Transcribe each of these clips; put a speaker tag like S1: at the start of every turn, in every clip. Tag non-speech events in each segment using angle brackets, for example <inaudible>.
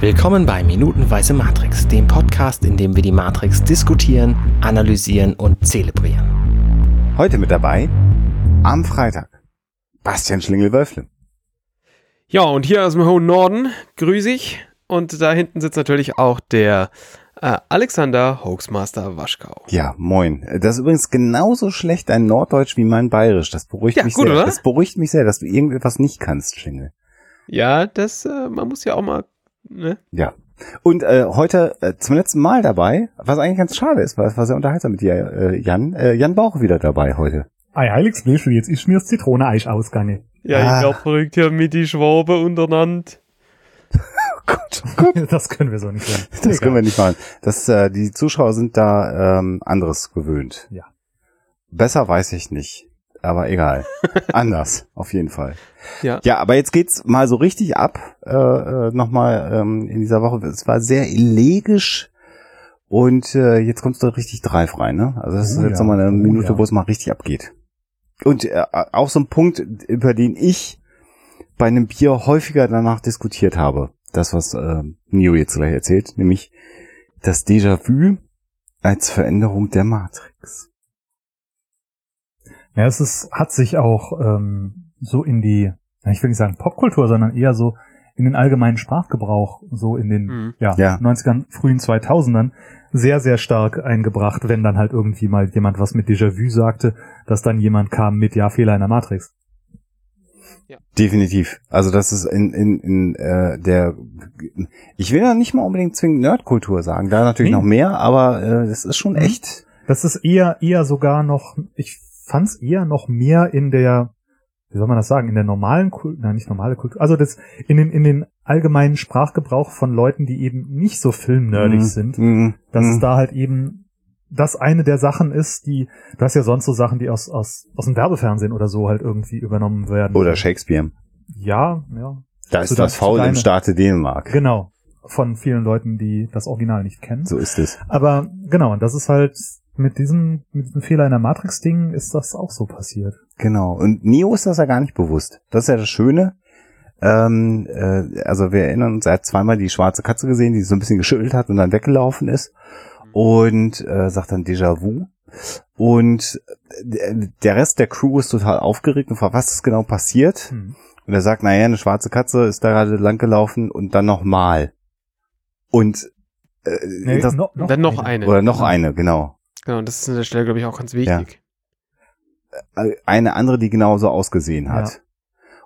S1: Willkommen bei Minutenweise Matrix, dem Podcast, in dem wir die Matrix diskutieren, analysieren und zelebrieren.
S2: Heute mit dabei am Freitag Bastian Schlingel-Wölfle.
S3: Ja, und hier aus dem hohen Norden grüße ich. Und da hinten sitzt natürlich auch der äh, Alexander Hoaxmaster Waschkau.
S2: Ja, moin. Das ist übrigens genauso schlecht ein Norddeutsch wie mein Bayerisch. Das beruhigt
S3: Ja,
S2: mich
S3: gut,
S2: sehr.
S3: oder?
S2: Das beruhigt mich sehr, dass du irgendetwas nicht kannst, Schlingel.
S3: Ja, das, äh, man muss ja auch mal, ne?
S2: Ja. Und äh, heute äh, zum letzten Mal dabei, was eigentlich ganz schade ist, weil es war sehr unterhaltsam mit dir, äh, Jan. Äh, Jan Bauch wieder dabei heute.
S4: Ei, heiliges Blöschel, jetzt ist mir's Zitrone-Eis ausgegangen.
S3: Ja,
S2: Ah.
S3: ich glaube, verrückt hier mit die Schwabe untereinander.
S2: Gut,
S4: <laughs> Das können wir so nicht hören.
S2: das können wir nicht machen. Das, äh, die Zuschauer sind da ähm, anderes gewöhnt.
S4: Ja.
S2: Besser weiß ich nicht, aber egal. Anders, auf jeden Fall.
S3: Ja.
S2: Ja, aber jetzt geht's mal so richtig ab. Äh, äh, Nochmal ähm, in dieser Woche. Es war sehr elegisch und äh, jetzt kommst du richtig drauf rein. Ne? Also das
S4: Oh
S2: ist jetzt
S4: ja,
S2: nochmal eine
S4: oh
S2: Minute,
S4: ja.
S2: wo es mal richtig abgeht. Und äh, auch so ein Punkt, über den ich bei einem Bier häufiger danach diskutiert habe. Das, was äh, Neo jetzt gleich erzählt, nämlich das Déjà-vu als Veränderung der Matrix.
S4: Ja, es ist, hat sich auch ähm, so in die, ja, ich will nicht sagen Popkultur, sondern eher so in den allgemeinen Sprachgebrauch, so in den
S3: Mhm.
S4: ja,
S2: Ja.
S4: 90ern, frühen 2000ern, sehr, sehr stark eingebracht, wenn dann halt irgendwie mal jemand was mit Déjà-vu sagte, dass dann jemand kam mit, ja, Fehler in der Matrix.
S2: Definitiv. Also das ist in, in, in äh, der, ich will ja nicht mal unbedingt zwingend Nerdkultur sagen, da natürlich
S4: Nee.
S2: noch mehr, aber äh, das ist schon
S4: Mhm.
S2: echt.
S4: Das ist eher, eher sogar noch, ich fand's eher noch mehr in der, wie soll man das sagen, in der normalen Kultur, nein, nicht normale Kultur, also das, in den, in den allgemeinen Sprachgebrauch von Leuten, die eben nicht so filmnerdig
S2: Mhm.
S4: sind,
S2: Mhm.
S4: dass
S2: Mhm.
S4: es da halt eben das eine der Sachen ist, die, du hast ja sonst so Sachen, die aus, aus, aus dem Werbefernsehen oder so halt irgendwie übernommen werden.
S2: Oder Shakespeare.
S4: Ja, ja,
S2: Da ist
S4: Zu
S2: was
S4: dein-
S2: faul
S4: zu
S2: im
S4: deine-
S2: Staate Dänemark.
S4: genau. Von vielen Leuten, die das Original nicht kennen.
S2: So ist es.
S4: Aber genau, und das ist halt mit diesem, mit diesem Fehler in der Matrix-Ding ist das auch so passiert.
S2: Genau. Und Neo ist das ja gar nicht bewusst. Das ist ja das Schöne. Ähm, äh, also wir erinnern uns, er hat zweimal die schwarze Katze gesehen, die so ein bisschen geschüttelt hat und dann weggelaufen ist. Und äh, sagt dann Déjà-vu. Und äh, der Rest der Crew ist total aufgeregt und fragt, was ist genau passiert?
S4: Hm.
S2: Und er sagt, naja, eine schwarze Katze ist da gerade langgelaufen und dann nochmal. Und äh,
S4: Nee,
S2: das,
S4: no-
S3: Und dann noch eine.
S2: oder noch eine, genau.
S3: Genau, und das ist an der Stelle, glaube ich, auch ganz wichtig.
S2: Äh, Eine andere, die genauso ausgesehen hat.
S4: Ja.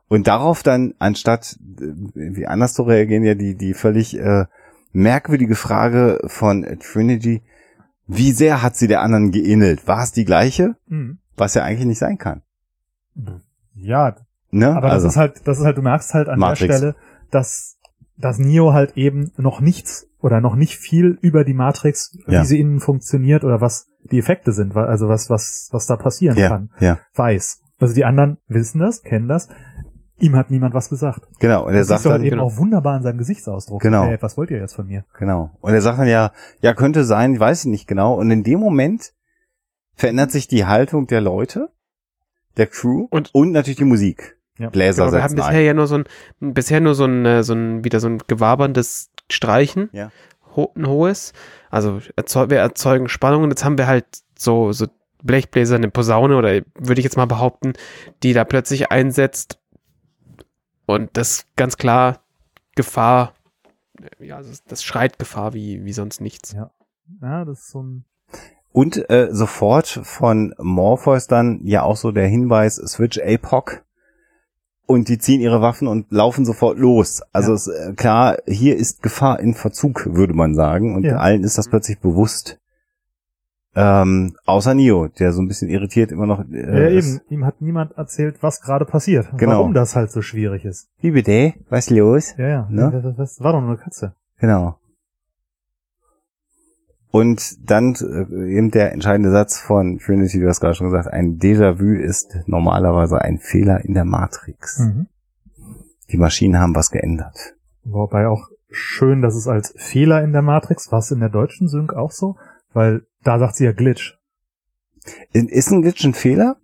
S2: Und darauf dann, anstatt äh, wie anders zu reagieren, ja die, die völlig äh, merkwürdige Frage von Trinity, wie sehr hat sie der anderen geähnelt? War es die gleiche?
S4: Hm.
S2: Was ja eigentlich nicht sein kann.
S4: Ja,
S2: Ne?
S4: aber das ist halt, das ist halt, du merkst halt an
S2: Matrix.
S4: der Stelle, dass, dass Neo halt eben noch nichts oder noch nicht viel über die Matrix,
S2: Ja.
S4: wie sie innen funktioniert oder was die Effekte sind, wa- also was, was, was da passieren
S2: ja,
S4: kann,
S2: ja,
S4: weiß. Also die anderen wissen das, kennen das. Ihm hat niemand was gesagt.
S2: genau. Und er
S4: Das
S2: sagt
S4: ist halt
S2: dann,
S4: eben
S3: genau.
S4: auch wunderbar in seinem Gesichtsausdruck.
S2: Genau.
S4: Hey, was wollt ihr jetzt von mir?
S2: Genau. Und er sagt dann ja, ja, könnte sein, weiß ich nicht genau. Und in dem Moment verändert sich die Haltung der Leute, der Crew
S3: Und-
S2: natürlich die Musik.
S4: Ja.
S2: Bläser
S3: Genau, wir haben
S2: setzen
S3: bisher
S2: ein.
S3: ja nur so ein, bisher nur so ein, äh, so ein, wieder so ein gewaberndes Streichen.
S2: Ja.
S3: Ho ein hohes. Also erzeug, wir erzeugen Spannung und jetzt haben wir halt so, so Blechbläser, eine Posaune oder würde ich jetzt mal behaupten, die da plötzlich einsetzt und das ganz klar Gefahr, ja, also das schreit Gefahr wie, wie sonst nichts.
S4: Ja. Ja, das ist so ein,
S2: Und äh, sofort von Morpheus dann ja auch so der Hinweis, Switch APOC. Und die ziehen ihre Waffen und laufen sofort los. Also
S4: Ja.
S2: es, äh, klar, hier ist Gefahr in Verzug, würde man sagen. Und
S4: Ja. Mhm.
S2: allen ist das plötzlich bewusst. Ähm, außer Neo, der so ein bisschen irritiert immer noch äh,
S4: ja,
S2: ist.
S4: eben, ihm hat niemand erzählt, was gerade passiert.
S2: Genau.
S4: Warum das halt so schwierig ist.
S2: Wie bitte? Was los?
S4: Ja, ja.
S2: Ne?
S4: Das, das, das war doch nur eine Katze.
S2: Genau. Und dann äh, eben der entscheidende Satz von Trinity, du hast gerade schon gesagt, ein Déjà-vu ist normalerweise ein Fehler in der Matrix.
S4: Hm.
S2: Die Maschinen haben was geändert.
S4: Wobei auch schön, dass es als Fehler in der Matrix, war es in der deutschen Sync auch so, weil da sagt sie ja Glitch.
S2: I- Ist ein Glitch ein Fehler?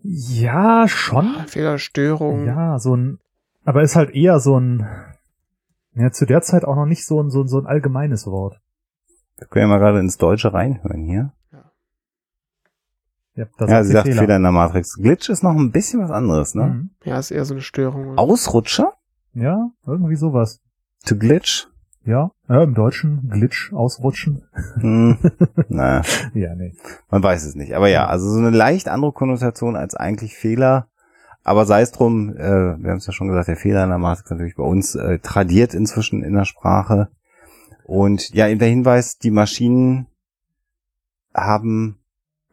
S4: Ja, schon.
S3: Fehlerstörung.
S4: Ja, so ein, aber ist halt eher so ein, Ja, zu der Zeit auch noch nicht so ein, so ein, so ein allgemeines Wort.
S2: Wir können ja mal gerade ins Deutsche reinhören hier.
S4: Ja, das
S2: ja,
S4: ist
S2: sie
S4: der
S2: sagt Fehler. in der Matrix. Glitch ist noch ein bisschen was anderes, ne?
S4: Mhm.
S3: Ja, ist eher so eine Störung.
S2: Ausrutscher?
S4: Ja, irgendwie sowas.
S2: To glitch?
S4: Ja, ja, im Deutschen Glitch ausrutschen.
S2: Hm. naja,
S4: Ja, nee.
S2: man weiß es nicht. Aber ja, also so eine leicht andere Konnotation als eigentlich Fehler. Aber sei es drum, äh, wir haben es ja schon gesagt, der Fehler in der Matrix natürlich bei uns äh, tradiert inzwischen in der Sprache. Und ja, eben der Hinweis, die Maschinen haben,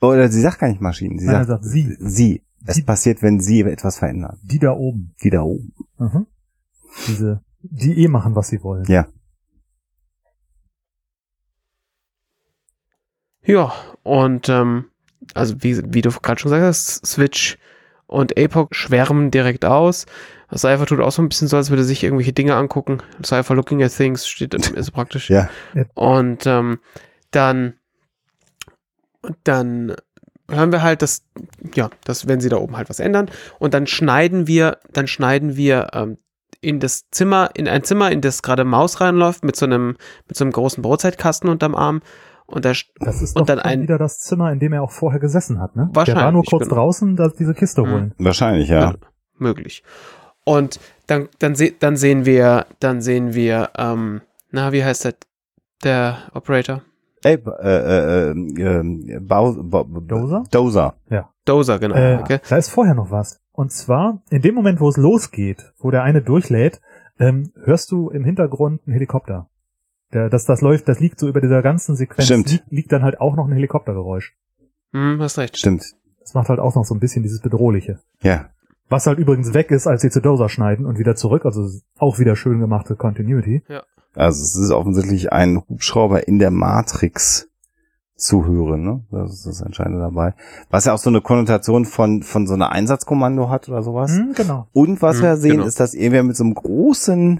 S2: oder sie sagt gar nicht Maschinen, sie
S4: Nein, er
S2: sagt
S4: sagt sie,
S2: sie.
S4: Die-
S2: Es passiert, wenn sie etwas verändern.
S4: die da oben.
S2: Die da oben.
S4: Mhm. Diese, die eh machen, was sie wollen.
S2: Ja.
S3: Ja, und ähm, also wie, wie du gerade schon gesagt hast, Switch und APOC schwärmen direkt aus. Cypher tut auch so ein bisschen so, als würde er sich irgendwelche Dinge angucken. Cypher looking at things steht <laughs> ist praktisch.
S2: Ja.
S3: Und ähm, dann, dann hören wir halt, dass, ja, dass wenn sie da oben halt was ändern. Und dann schneiden wir, dann schneiden wir ähm, in das Zimmer, in ein Zimmer, in das gerade Maus reinläuft, mit so einem, mit so einem großen Brotzeitkasten unterm Arm. Und da sch-
S4: Das ist
S3: Und
S4: doch
S3: dann
S4: schon
S3: ein-
S4: wieder das Zimmer, in dem er auch vorher gesessen hat, ne? Der war
S3: Wahrscheinlich,
S4: nur kurz
S3: genau.
S4: draußen, da diese Kiste
S3: Mhm.
S4: holen.
S2: Wahrscheinlich, ja.
S3: möglich. Und dann, dann, se dann sehen wir, dann sehen wir, ähm, na, wie heißt der, der Operator?
S2: Ey, b- äh, äh, äh, äh, Bau, Bau,
S4: Dozer?
S2: Dozer.
S3: Dozer, genau.
S4: Äh,
S3: okay.
S4: Da ist vorher noch was. Und zwar, in dem Moment, wo es losgeht, wo der eine durchlädt, ähm, hörst du im Hintergrund einen Helikopter. Der, das, das läuft, das liegt so über dieser ganzen Sequenz.
S2: Stimmt.
S4: Liegt, liegt dann halt auch noch ein Helikoptergeräusch.
S3: Hm, hast recht.
S2: Stimmt.
S4: Das macht halt auch noch so ein bisschen dieses Bedrohliche.
S2: Ja.
S4: Was halt übrigens weg ist, als sie zu Dozer schneiden und wieder zurück. Also es ist auch wieder schön gemachte Continuity.
S2: Also es ist offensichtlich ein Hubschrauber in der Matrix zu hören, ne? Das ist das Entscheidende dabei. Was ja auch so eine Konnotation von, von so einer Einsatzkommando hat oder sowas.
S4: Hm, genau.
S2: Und was wir
S3: Hm,
S2: sehen,
S3: Mhm. genau.
S2: ist, dass irgendwer mit so einem großen
S3: Wir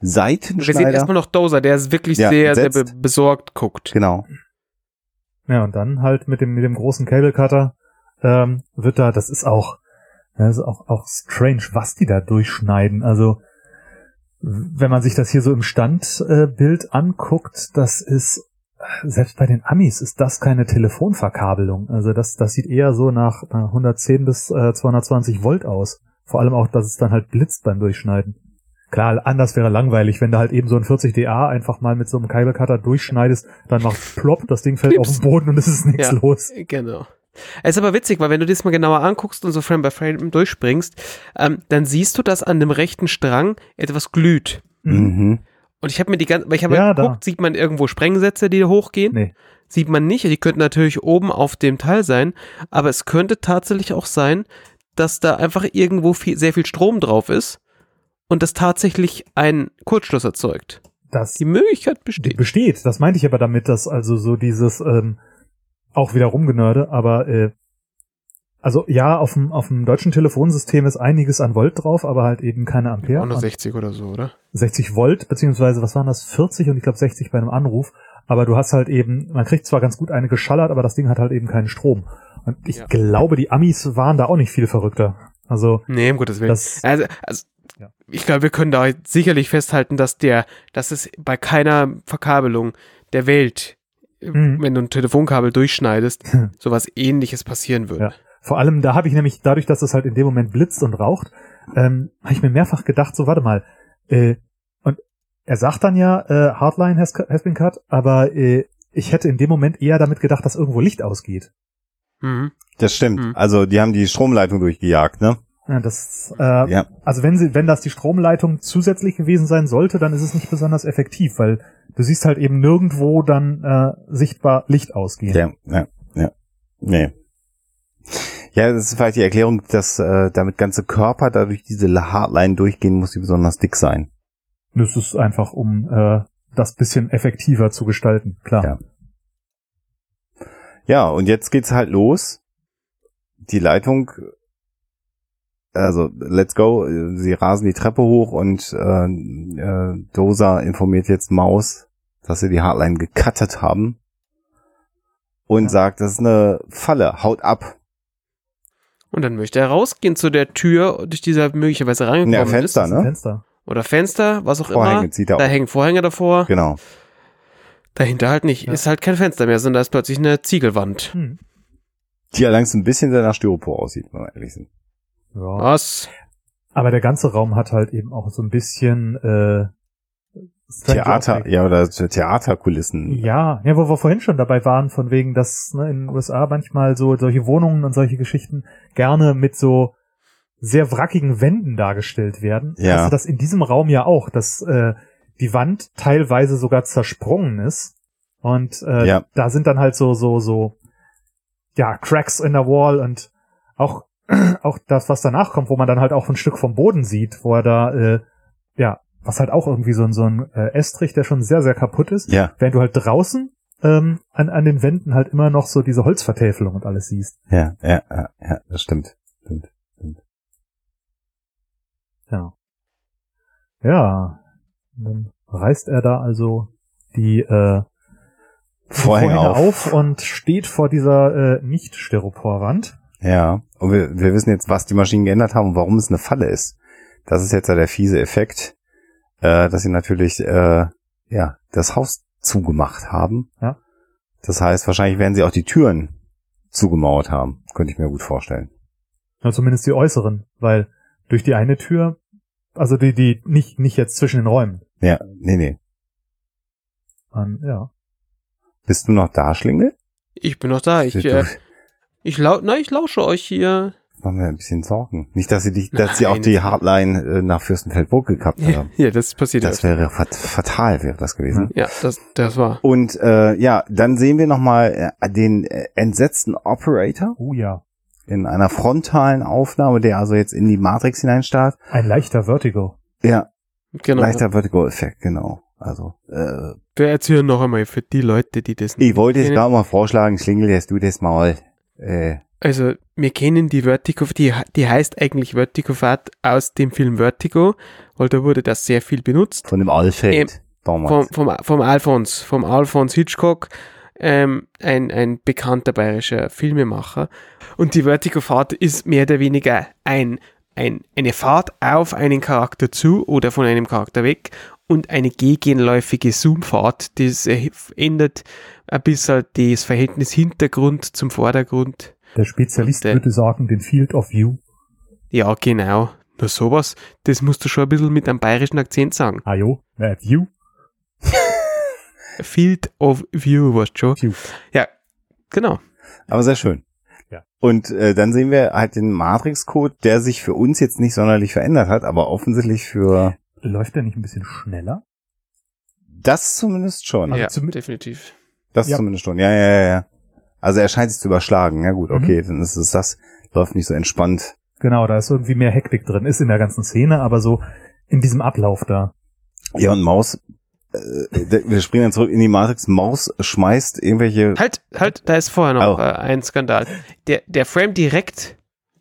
S3: sehen
S2: Seitenschneider.
S3: erstmal noch Dozer, der ist wirklich
S2: Ja,
S3: sehr, sehr be
S2: entsetzt.
S3: besorgt guckt.
S2: Genau.
S4: Ja, und dann halt mit dem, mit dem großen Cable Cutter ähm, wird da, das ist auch, das ist auch, auch strange, was die da durchschneiden. Also wenn man sich das hier so im Standbild äh, Bild anguckt, das ist, selbst bei den Amis ist das keine Telefonverkabelung. Also das, das sieht eher so nach, nach 110 bis äh, 220 Volt aus. Vor allem auch, dass es dann halt blitzt beim Durchschneiden. Klar, anders wäre langweilig, wenn du halt eben so ein 40DA einfach mal mit so einem Kabelcutter durchschneidest, dann macht plopp, das Ding fällt auf den Boden und es ist nichts
S3: Ja.
S4: los.
S3: Genau. Es ist aber witzig, weil wenn du das mal genauer anguckst und so Frame by Frame durchspringst, ähm, dann siehst du, dass an dem rechten Strang etwas glüht.
S2: Mhm.
S3: Und ich habe mir die ganze, weil ich habe
S4: Ja, da.
S3: geguckt, sieht man irgendwo Sprengsätze, die hochgehen?
S4: Nee.
S3: Sieht man nicht. Die könnten natürlich oben auf dem Teil sein, aber es könnte tatsächlich auch sein, dass da einfach irgendwo viel, sehr viel Strom drauf ist und das tatsächlich einen Kurzschluss erzeugt.
S4: Das
S3: Die Möglichkeit
S4: Die
S3: besteht.
S4: besteht. Das meinte ich aber damit, dass also so dieses ähm, auch wieder rumgenörde, aber äh, also ja, auf dem, auf dem deutschen Telefonsystem ist einiges an Volt drauf, aber halt eben keine Ampere.
S3: Auch noch
S4: Und
S3: 60 oder so, oder?
S4: 60 Volt, beziehungsweise was waren das? 40 und ich glaube 60 bei einem Anruf. Aber du hast halt eben, man kriegt zwar ganz gut eine geschallert, aber das Ding hat halt eben keinen Strom. Und ich
S3: Ja.
S4: glaube, die Amis waren da auch nicht viel verrückter. Also
S3: Nee, um Gottes Willen.
S4: das
S3: Also, also
S4: Ja.
S3: ich glaube, wir können da sicherlich festhalten, dass der, dass es bei keiner Verkabelung der Welt, äh,
S4: Mhm.
S3: wenn du ein Telefonkabel
S4: <laughs>
S3: durchschneidest, sowas ähnliches passieren würde.
S4: Ja. Vor allem, da habe ich nämlich, dadurch, dass es halt in dem Moment blitzt und raucht, ähm, habe ich mir mehrfach gedacht, so, warte mal, äh, und er sagt dann ja, äh, Hardline has, cu- has been cut, aber äh, ich hätte in dem Moment eher damit gedacht, dass irgendwo Licht ausgeht.
S3: Mhm.
S2: Das stimmt.
S3: Mhm.
S2: Also die haben die Stromleitung durchgejagt, ne?
S4: Ja, Das, äh,
S2: Ja.
S4: Also wenn sie, wenn das die Stromleitung zusätzlich gewesen sein sollte, dann ist es nicht besonders effektiv, weil du siehst halt eben nirgendwo dann äh, sichtbar Licht ausgehen.
S2: Ja, ja, ja. Nee. Ja, das ist vielleicht die Erklärung, dass äh, damit ganze Körper dadurch diese Hardline durchgehen muss, die besonders dick sein.
S4: Das ist einfach, um äh, das bisschen effektiver zu gestalten, klar.
S2: Ja. Ja, und jetzt geht's halt los. Die Leitung, also let's go, äh, sie rasen die Treppe hoch und äh, äh, Dosa informiert jetzt Maus, dass sie die Hardline gecuttet haben und
S4: Ja.
S2: sagt, das ist eine Falle, haut ab.
S3: Und dann möchte er rausgehen zu der Tür, durch die er möglicherweise reingekommen
S2: Ja, Fenster,
S3: ist.
S2: ne?
S4: Fenster.
S3: oder Fenster, was auch
S2: Vorhänge
S3: immer.
S2: zieht er
S3: Da
S2: auch.
S3: hängen Vorhänge davor,
S2: Genau.
S3: dahinter halt nicht.
S4: Ja.
S3: Ist halt kein Fenster mehr, sondern da ist plötzlich eine Ziegelwand.
S4: Hm.
S2: Die allerdings ein bisschen sehr nach Styropor aussieht, wenn wir ehrlich sind.
S4: Ja.
S3: Was?
S4: Aber der ganze Raum hat halt eben auch so ein bisschen äh, Stranger
S2: Theater,
S4: Aspect.
S2: ja, oder so Theaterkulissen.
S3: Mhm.
S4: Ja, ja, wo wir vorhin schon dabei waren, von wegen, dass ne, in den USA manchmal so solche Wohnungen und solche Geschichten gerne mit so sehr wrackigen Wänden dargestellt werden.
S2: Ja.
S4: Hast du das in diesem Raum ja auch, dass äh, die Wand teilweise sogar zersprungen ist und äh,
S2: Ja.
S4: da sind dann halt so so so ja Cracks in der Wall und auch <clears throat> auch das, was danach kommt, wo man dann halt auch ein Stück vom Boden sieht, wo er da äh, ja was halt auch irgendwie so ein so ein äh, Estrich, der schon sehr sehr kaputt ist
S2: Ja,
S4: während du halt draußen ähm, an, an den Wänden halt immer noch so diese Holzvertäfelung und alles siehst.
S2: ja, ja, ja, ja das stimmt. stimmt.
S4: Ja. Ja. Und Dann reißt er da also die, äh, die
S2: Vorhänge auf.
S4: und steht vor dieser äh, Nicht-Styroporwand.
S2: Ja. Und wir, wir wissen jetzt, was die Maschinen geändert haben und warum es eine Falle ist. Das ist jetzt ja der fiese Effekt, äh, dass sie natürlich äh, ja das Haus zugemacht haben.
S4: Ja.
S2: Das heißt, wahrscheinlich werden sie auch die Türen zugemauert haben. Könnte ich mir gut vorstellen.
S4: Ja, zumindest die äußeren, weil durch die eine Tür, also die, die nicht, nicht jetzt zwischen den Räumen.
S2: Ja, nee, nee.
S4: Dann, ja.
S2: Bist du noch da, Schlingel?
S3: Ich bin noch da. Ich,
S2: du,
S3: äh, ich, lau na, ich lausche euch hier.
S2: machen wir ein bisschen Sorgen. Nicht, dass sie dich, dass sie auch
S3: Nein.
S2: die Hardline äh, nach Fürstenfeldburg gekappt
S3: Ja,
S2: haben.
S3: <laughs> ja das passiert
S2: Das
S3: ja.
S2: wäre fat fatal, wäre das gewesen.
S3: Ja, das, das war.
S2: Und äh, ja, dann sehen wir nochmal äh, den äh, entsetzten Operator
S4: Oh ja.
S2: in einer frontalen Aufnahme, der also jetzt in die Matrix hineinstarrt.
S4: Ein leichter Vertigo.
S2: Ja,
S3: Genau.
S2: leichter Vertigo-Effekt, genau. Also, äh,
S3: Wir erzählen noch einmal für die Leute, die das
S2: ich wollte jetzt
S3: kennen.
S2: gerade mal vorschlagen, Schlingel, jetzt du das mal. Äh,
S3: Also, wir kennen die Vertigo, die, die heißt eigentlich Vertigo-Fahrt aus dem Film Vertigo, weil da wurde das sehr viel benutzt.
S2: von dem Alfred
S3: Ähm, Vom,
S2: damals.
S3: vom, vom Alphons, vom Alphons Hitchcock, ähm, ein, ein bekannter bayerischer Filmemacher. Und die Vertigo-Fahrt ist mehr oder weniger ein, ein, eine Fahrt auf einen Charakter zu oder von einem Charakter weg und eine gegenläufige Zoom-Fahrt. Das äh, ändert ein bisschen das Verhältnis Hintergrund zum Vordergrund.
S4: Der Spezialist
S3: Und der-
S4: würde sagen, den Field of View.
S3: Ja, genau. Nur sowas, das musst du schon ein bisschen mit einem bayerischen Akzent sagen.
S4: Ah jo, äh, View?
S3: Field of View, weißt du schon?
S4: View.
S3: Genau.
S2: Aber sehr schön.
S4: Ja.
S2: Und äh, dann sehen wir halt den Matrix-Code, der sich für uns jetzt nicht sonderlich verändert hat, aber offensichtlich für
S4: Läuft der nicht ein bisschen schneller?
S2: das zumindest schon.
S4: Also
S3: ja,
S4: zum-
S3: definitiv.
S2: Das
S4: Ja.
S2: zumindest schon, ja, ja, ja, ja. Also er scheint sich zu überschlagen, ja gut,
S4: Mhm.
S2: okay, dann ist es das. Läuft nicht so entspannt.
S4: Genau, da ist irgendwie mehr Hektik drin. Ist in der ganzen Szene, aber so in diesem Ablauf da.
S2: Ja, und Maus, äh, der- wir springen dann zurück in die Matrix, Maus schmeißt irgendwelche,
S3: Halt, halt, da ist vorher noch
S2: Oh.
S3: äh, ein Skandal. Der, der Frame direkt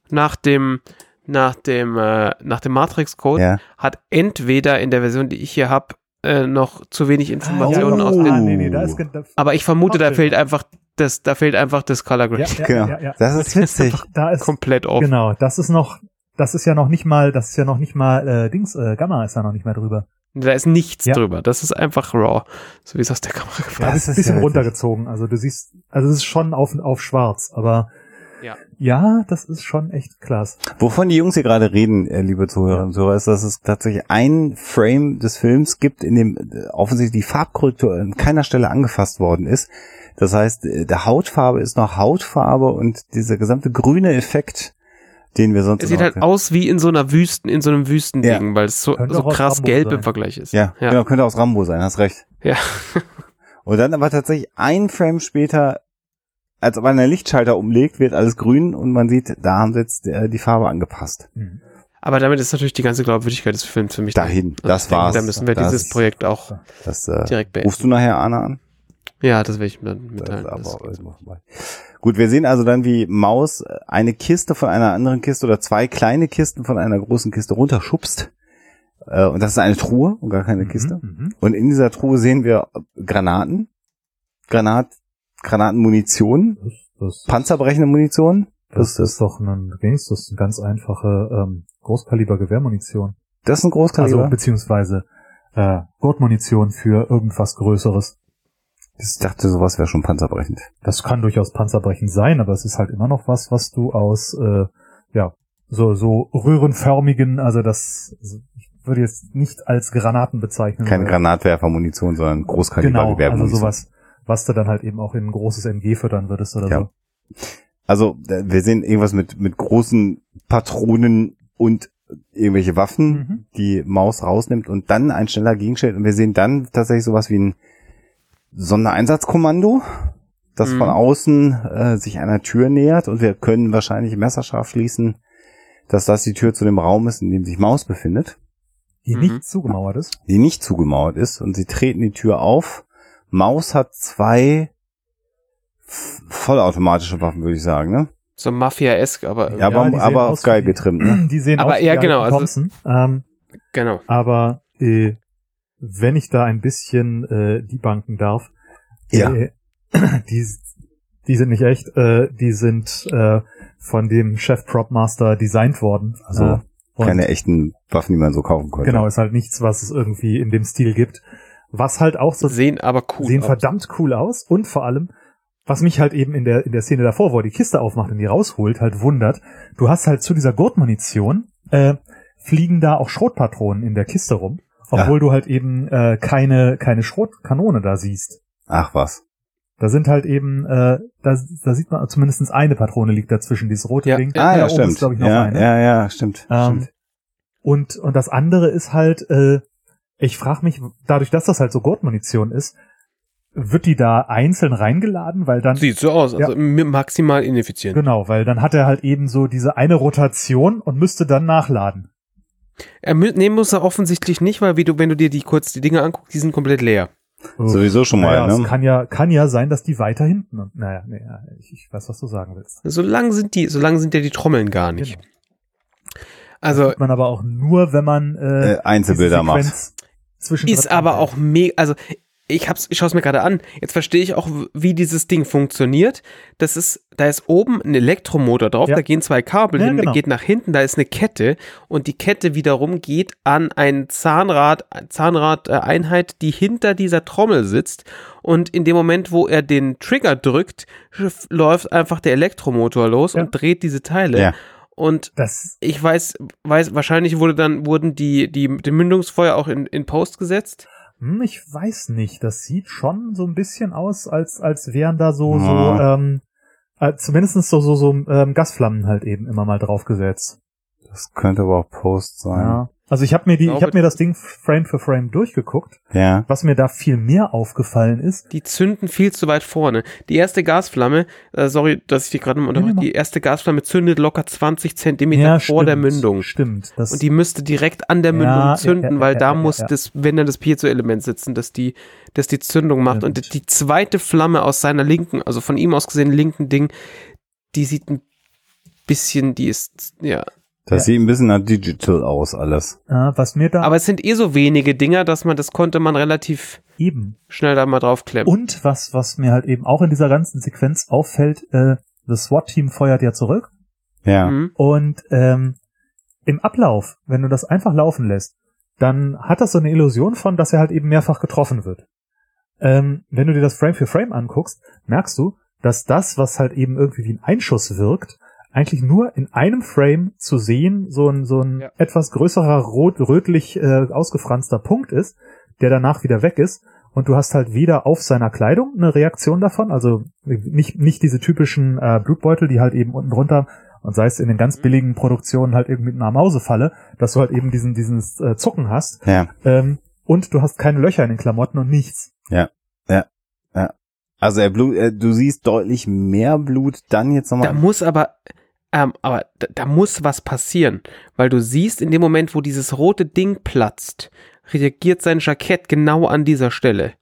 S3: nach dem, nach dem, äh, nach dem Matrix-Code
S2: ja,
S3: hat entweder in der Version, die ich hier habe, äh, noch zu wenig Informationen
S2: ja,
S3: aus
S2: oh.
S3: den.
S2: Ah,
S4: nee, nee, da ist gen- da,
S3: Aber ich vermute, da
S4: Okay.
S3: fehlt einfach das, da fehlt einfach das Color Grade.
S4: ja, ja,
S2: genau,
S4: ja, ja.
S2: das ist witzig.
S4: Da ist
S3: <laughs> Komplett off.
S4: genau, das ist noch, das ist ja noch nicht mal, das ist ja noch nicht mal äh, Dings, äh, Gamma ist da noch nicht mal drüber.
S3: Da ist nichts
S4: Ja.
S3: drüber. Das ist einfach raw. So wie es aus der Kamera <laughs> gefallen
S4: Da
S2: Das
S4: ist ein
S2: ist
S4: bisschen
S2: ja witzig.
S4: runtergezogen. Also du siehst, also es ist schon auf auf Schwarz, aber
S3: Ja.
S4: ja, das ist schon echt klasse.
S2: Wovon die Jungs hier gerade reden, äh, liebe Zuhörerinnen und Zuhörer, ist, dass es tatsächlich einen Frame des Films gibt, in dem äh, offensichtlich die Farbkorrektur an keiner Stelle angefasst worden ist. Das heißt, äh, der Hautfarbe ist noch Hautfarbe und dieser gesamte grüne Effekt, den wir sonst
S3: Es sieht
S2: immer-
S3: halt aus wie in so einer Wüsten, in so einem Wüstending, weil es so,
S4: Könnte
S3: so
S4: auch aus
S3: krass
S4: Rambo
S3: gelb
S4: sein.
S3: im Vergleich ist.
S2: Ja,
S3: ja.
S2: genau, könnte aus Rambo sein, hast recht.
S3: Ja.
S2: <laughs> Und dann aber tatsächlich ein Frame später, als ob einer Lichtschalter umlegt, wird alles grün und man sieht, da haben sie jetzt äh, die Farbe angepasst.
S4: Hm.
S3: Aber damit ist natürlich die ganze Glaubwürdigkeit des Films für mich.
S2: Dahin,
S3: Also
S2: das
S3: ich denke,
S2: war's.
S3: Da müssen wir
S2: das,
S3: dieses Projekt auch
S2: Das, äh,
S3: direkt beenden.
S2: rufst du nachher Anna an?
S3: Ja, das will ich mir dann
S2: Das
S3: mitteilen.
S2: aber
S3: Das-
S2: auch irgendwo vorbei. Gut, wir sehen also dann, wie Maus eine Kiste von einer anderen Kiste oder zwei kleine Kisten von einer großen Kiste runterschubst. Äh, Und das ist eine Truhe und gar keine Kiste.
S4: Mhm,
S2: Und in dieser Truhe sehen wir Granaten, Granat, Granatenmunition,
S4: mhm. Das, das,
S2: panzerbrechende Munition.
S4: das ist doch ein, das ist eine ganz einfache ähm, Großkaliber-Gewehrmunition.
S2: Das ist ein Großkaliber.
S4: Also beziehungsweise äh, Gurtmunition für irgendwas Größeres.
S2: ich dachte, sowas wäre schon panzerbrechend.
S4: Das kann durchaus panzerbrechend sein, aber es ist halt immer noch was, was du aus äh, ja so so röhrenförmigen, also das ich würde jetzt nicht als Granaten bezeichnen.
S2: Keine
S4: sondern-
S2: Granatwerfermunition, sondern
S4: Genau, also
S2: Großkalibergewehrmunition.
S4: sowas, was du dann halt eben auch in ein großes MG füttern würdest oder
S2: Ja.
S4: so.
S2: Also äh, wir sehen irgendwas mit, mit großen Patronen und irgendwelche Waffen,
S4: Mhm.
S2: die Maus rausnimmt und dann ein schneller Gegenstand. Und wir sehen dann tatsächlich sowas wie ein Sondereinsatzkommando, das
S3: Mhm.
S2: von außen äh, sich einer Tür nähert und wir können wahrscheinlich messerscharf schließen, dass das die Tür zu dem Raum ist, in dem sich Maus befindet
S4: Die
S3: Mhm.
S4: nicht zugemauert ist.
S2: die nicht zugemauert ist und sie treten die Tür auf. Maus hat zwei f- vollautomatische Waffen, würde ich sagen, ne?
S3: So Mafia-esk, aber
S2: Ja, aber,
S4: die sehen
S2: aber
S4: aus
S2: auf geil
S4: wie-
S2: getrimmt, ne?
S4: Die sehen
S3: Aber
S4: aus wie
S3: ja,
S4: die alten
S3: genau, also-
S4: Thompson. Ähm,
S3: genau.
S4: aber äh, wenn ich da ein bisschen äh, die Banken darf,
S2: Ja.
S4: Äh, <clears throat> Die, die sind nicht echt, äh, die sind äh, von dem Chef Propmaster designt worden.
S2: Also,
S4: äh, und
S2: Keine echten Waffen, die man so kaufen konnte.
S4: genau, ist halt nichts, was es irgendwie in dem Stil gibt. Was halt auch so
S3: Sehen aber cool
S4: sehen
S3: aus.
S4: verdammt cool aus und vor allem, was mich halt eben in der, in der Szene davor, wo er die Kiste aufmacht und die rausholt, halt wundert, du hast halt zu dieser Gurtmunition, äh, fliegen da auch Schrotpatronen in der Kiste rum, obwohl du halt eben äh, keine, keine Schrotkanone da siehst.
S2: Ach was.
S4: Da sind halt eben, äh, da, da sieht man zumindest eine Patrone liegt dazwischen, dieses rote
S3: Ja.
S4: Ding.
S2: ah,
S4: Da
S2: ja,
S4: oben
S2: stimmt.
S4: Ist, glaub ich, noch
S2: ja,
S4: eine.
S2: ja, ja, stimmt.
S4: Ähm,
S2: stimmt.
S4: und, und das andere ist halt, äh, ich frage mich, dadurch, dass das halt so Gurtmunition ist, wird die da einzeln reingeladen, weil dann
S3: Sieht so aus, also mi- maximal ineffizient.
S4: Genau, weil dann hat er halt eben so diese eine Rotation und müsste dann nachladen.
S3: Er mü- nehmen muss er offensichtlich nicht, weil wie du, wenn du dir die kurz die Dinge anguckst, die sind komplett leer.
S2: Sowieso schon mal,
S4: naja, es
S2: ne?
S4: kann ja, kann ja sein, dass die weiter hinten. Und, naja, naja ich, ich weiß, was du sagen willst.
S3: So lang sind die, so lang sind ja die Trommeln gar nicht.
S4: Genau.
S3: Also
S4: Sieht man aber auch nur, wenn man äh,
S2: Äh, Einzelbilder macht.
S4: zwischen
S3: ist aber auch mega, also ich hab's, ich schaue mir gerade an. Jetzt verstehe ich auch, w- wie dieses Ding funktioniert. Das ist, da ist oben ein Elektromotor drauf,
S4: Ja.
S3: da gehen zwei Kabel
S4: Ja,
S3: hin,
S4: genau.
S3: geht nach hinten, da ist eine Kette und die Kette wiederum geht an ein Zahnrad, Zahnrad-Einheit, die hinter dieser Trommel sitzt. Und in dem Moment, wo er den Trigger drückt, sch- läuft einfach der Elektromotor los
S4: Ja.
S3: und dreht diese Teile.
S2: Ja.
S3: Und
S4: Das,
S3: ich weiß, weiß, wahrscheinlich wurde dann, wurden die, die, die Mündungsfeuer auch in, in Post gesetzt.
S4: hm, ich weiß nicht, das sieht schon so ein bisschen aus, als, als wären da so, so,
S2: Ja.
S4: ähm, äh, zumindest so, so, so ähm, Gasflammen halt eben immer mal draufgesetzt.
S2: Das könnte aber auch Post sein.
S4: Ja. Also ich habe mir die, ich
S3: Glaube-
S4: habe mir das Ding Frame für Frame durchgeguckt
S2: Ja.
S4: Was mir da viel mehr aufgefallen ist,
S3: Die zünden viel zu weit vorne. Die erste Gasflamme, äh, sorry, dass ich die gerade mal
S4: Nee,
S3: unterbreche,
S4: nee,
S3: die erste Gasflamme zündet locker 20 Zentimeter
S4: ja,
S3: vor
S4: stimmt,
S3: der Mündung.
S4: Stimmt. Das,
S3: Und die müsste direkt an der
S4: Ja,
S3: Mündung
S4: ja,
S3: zünden,
S4: ja,
S3: weil
S4: ja,
S3: da
S4: ja,
S3: muss
S4: ja.
S3: das, wenn dann das Piezoelement sitzen, dass die, dass die Zündung macht.
S4: Stimmt.
S3: Und die zweite Flamme aus seiner linken, also von ihm aus gesehen linken Ding, die sieht ein bisschen, die ist, ja.
S2: Das sieht ein bisschen nach Digital aus, alles.
S4: äh, was mir da
S3: Aber es sind eh so wenige Dinger, dass man, das konnte man relativ
S4: eben
S3: schnell da mal draufklemmen.
S4: und was was mir halt eben auch in dieser ganzen Sequenz auffällt, äh, das SWAT-Team feuert ja zurück
S2: Ja.
S3: Mhm.
S4: und ähm, im Ablauf, wenn du das einfach laufen lässt, dann hat das so eine Illusion von, dass er halt eben mehrfach getroffen wird. Ähm, wenn du dir das Frame für Frame anguckst, merkst du, dass das, was halt eben irgendwie wie ein Einschuss wirkt, eigentlich nur in einem Frame zu sehen, so ein, so ein
S3: Ja.
S4: etwas größerer rot, rötlich äh, ausgefranster Punkt ist, der danach wieder weg ist. Und du hast halt weder auf seiner Kleidung eine Reaktion davon, also nicht, nicht diese typischen äh, Blutbeutel, die halt eben unten drunter, und sei es in den ganz
S3: Mhm.
S4: billigen Produktionen halt irgendwie mit einer Mausefalle, dass du halt eben diesen, diesen äh, Zucken hast,
S2: Ja.
S4: ähm, und du hast keine Löcher in den Klamotten und nichts.
S2: Also er blut, äh, du siehst deutlich mehr Blut dann jetzt
S3: Da
S2: nochmal.
S3: muss aber, ähm, aber da, da muss was passieren, weil du siehst, in dem Moment, wo dieses rote Ding platzt, reagiert sein Jackett genau an dieser Stelle.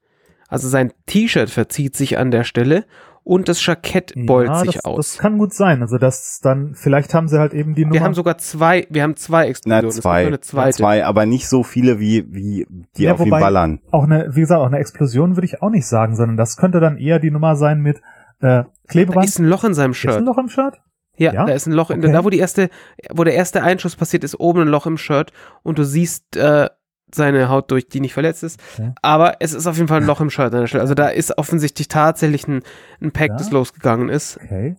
S3: Also sein T-Shirt verzieht sich an der Stelle und das Jackett beult
S4: Ja,
S3: sich
S4: das,
S3: aus.
S4: Das kann gut sein. Also das dann, vielleicht haben sie halt eben die
S3: wir
S4: Nummer.
S3: haben sogar zwei, wir haben zwei
S2: Na,
S3: Explosionen. Es gibt
S2: zwei.
S3: nur Eine zweite.
S2: Zwei, aber nicht so viele wie, wie die
S4: Ja,
S2: auf ihn
S4: wobei-
S2: ballern.
S4: auch eine, wie gesagt, auch eine Explosion würde ich auch nicht sagen, sondern das könnte dann eher die Nummer sein mit äh,
S3: Da
S4: Klebeband.
S3: ist ein Loch in seinem
S4: Ist ein
S3: Shirt.
S4: Loch im Shirt?
S3: Ja,
S4: Ja?
S3: da ist ein Loch, in,
S4: Okay.
S3: da wo die erste, wo der erste Einschuss passiert, ist oben ein Loch im Shirt und du siehst äh, seine Haut durch, die nicht verletzt ist.
S4: Okay.
S3: Aber es ist auf jeden Fall ein Loch im Shirt an der Stelle. Also da ist offensichtlich tatsächlich ein, ein Pack,
S4: Ja?
S3: das losgegangen ist.
S4: Okay.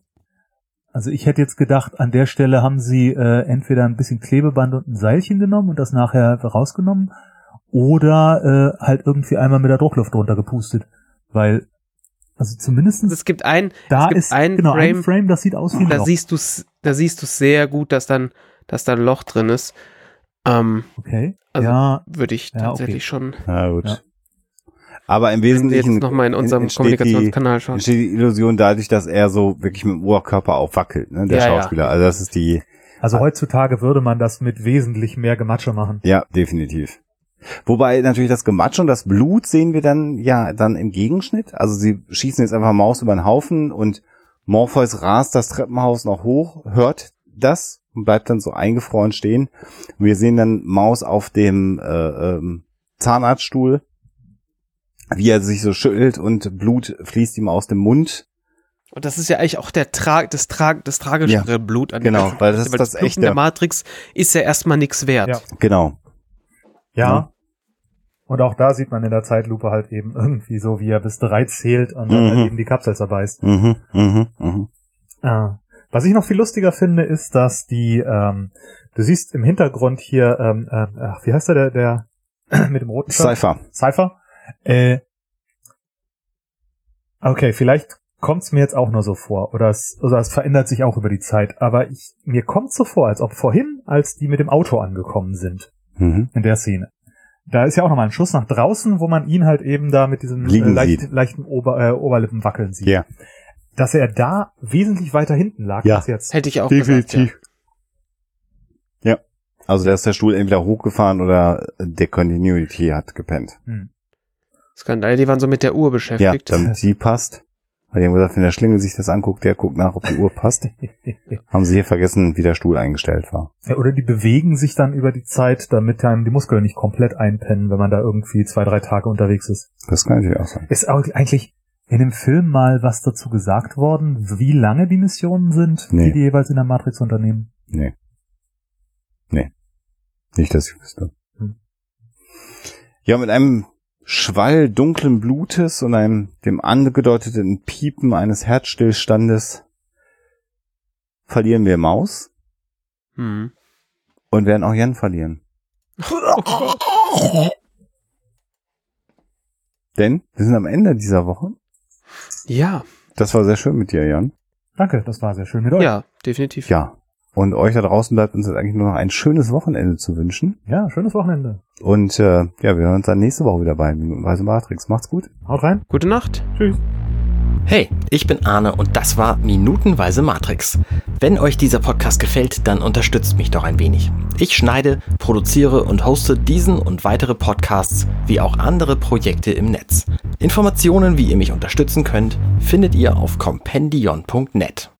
S4: Also ich hätte jetzt gedacht, an der Stelle haben sie äh, entweder ein bisschen Klebeband und ein Seilchen genommen und das nachher rausgenommen oder äh, halt irgendwie einmal mit der Druckluft drunter gepustet. Weil, also
S3: Also
S4: zumindestens
S3: es gibt ein,
S4: da
S3: gibt
S4: ist
S3: einen
S4: genau
S3: Frame,
S4: ein Frame, das sieht aus wie ein
S3: da
S4: Loch.
S3: siehst du da siehst du sehr gut, dass dann, dass da ein Loch drin ist. Ähm,
S4: Okay.
S3: also-
S4: ja,
S3: würde ich
S4: Ja, okay.
S3: tatsächlich schon
S2: Na gut.
S4: Ja.
S2: Aber im
S3: jetzt
S2: Wesentlichen
S3: nochmal in unserem
S2: entsteht die-
S3: Kommunikationskanal schauen.
S2: entsteht die Illusion dadurch, dass er so wirklich mit dem Oberkörper auch wackelt, ne, der
S3: Ja, ja.
S2: Schauspieler. Also das ist die,
S4: also heutzutage würde man das mit wesentlich mehr Gematsche machen.
S2: ja, definitiv. Wobei natürlich das Gematsch und das Blut sehen wir dann, ja, dann im Gegenschnitt. Also sie schießen jetzt einfach Maus über den Haufen und Morpheus rast das Treppenhaus noch hoch, hört das und bleibt dann so eingefroren stehen. Und wir sehen dann Maus auf dem äh, ähm, Zahnarztstuhl, wie er sich so schüttelt und Blut fließt ihm aus dem Mund.
S3: Und das ist ja eigentlich auch der Tra das, Tra das tragischere Blut an der
S2: Genau,
S3: ganzen
S2: weil das
S3: Geschichte,
S2: ist das
S3: Bluten
S2: echte.
S3: der Matrix ist ja erstmal nichts wert.
S4: Ja.
S2: Genau.
S4: Ja.
S2: Ja.
S4: Und auch da sieht man in der Zeitlupe halt eben irgendwie so, wie er bis drei zählt und dann
S2: Mhm.
S4: halt eben die Kapsel zerbeißt.
S2: Mhm, mhm, mhm.
S4: Ah. Was ich noch viel lustiger finde, ist, dass die, ähm, du siehst im Hintergrund hier, ähm, äh, ach, wie heißt der, der, der <clears throat> mit dem roten Shirt?
S2: Cypher.
S4: Cypher. Äh, okay, vielleicht kommt's mir jetzt auch nur so vor oder es, oder es verändert sich auch über die Zeit, aber ich, mir kommt so vor, als ob vorhin, als die mit dem Auto angekommen sind,
S2: Mhm.
S4: in der Szene. Da ist ja auch nochmal ein Schuss nach draußen, wo man ihn halt eben da mit diesem
S2: Liegen
S4: leicht,
S2: sieht.
S4: leichten Ober, äh, Oberlippen wackeln sieht
S2: Ja.
S4: dass er da wesentlich weiter hinten lag
S2: Ja.
S4: als jetzt.
S3: Hätte ich auch gesagt.
S2: Ja. Also da ist der Stuhl entweder hochgefahren oder der Continuity hat gepennt.
S4: Hm.
S3: Ja. Skandal, die waren so mit der Uhr
S2: Ja,
S3: beschäftigt.
S2: damit sie passt. Weil die haben gesagt, wenn der Schlingel sich das anguckt, der guckt nach, ob die
S3: <laughs>
S2: Uhr passt. haben sie hier vergessen, wie der Stuhl eingestellt war.
S4: <laughs> Ja, oder die bewegen sich dann über die Zeit, damit einem die Muskeln nicht komplett einpennen, wenn man da irgendwie zwei, drei Tage unterwegs ist.
S2: Das kann natürlich auch sein.
S4: Ist auch eigentlich in dem Film mal was dazu gesagt worden, wie lange die Missionen sind,
S2: Nee.
S4: die die jeweils in der Matrix unternehmen?
S2: Nee. Nee. Nicht, dass ich wüsste.
S4: Hm.
S2: Ja, mit einem Schwall dunklen Blutes und einem dem angedeuteten Piepen eines Herzstillstandes verlieren wir Maus
S3: Hm.
S2: und werden auch Jan verlieren. Denn wir sind am Ende dieser Woche.
S3: Ja,
S2: Das war sehr schön mit dir, Jan.
S4: Danke, das war sehr schön mit euch.
S3: ja, definitiv.
S2: Ja. Und euch da draußen bleibt uns jetzt eigentlich nur noch ein schönes Wochenende zu wünschen.
S4: ja schönes Wochenende.
S2: Und äh, ja, wir hören uns dann nächste Woche wieder bei Minutenweise Matrix. Macht's gut.
S4: Haut rein.
S3: Gute Nacht.
S1: Hey, ich bin Arne und das war Minutenweise Matrix. Wenn euch dieser Podcast gefällt, dann unterstützt mich doch ein wenig. Ich schneide, produziere und hoste diesen und weitere Podcasts wie auch andere Projekte im Netz. Informationen, wie ihr mich unterstützen könnt, findet ihr auf compendion.net.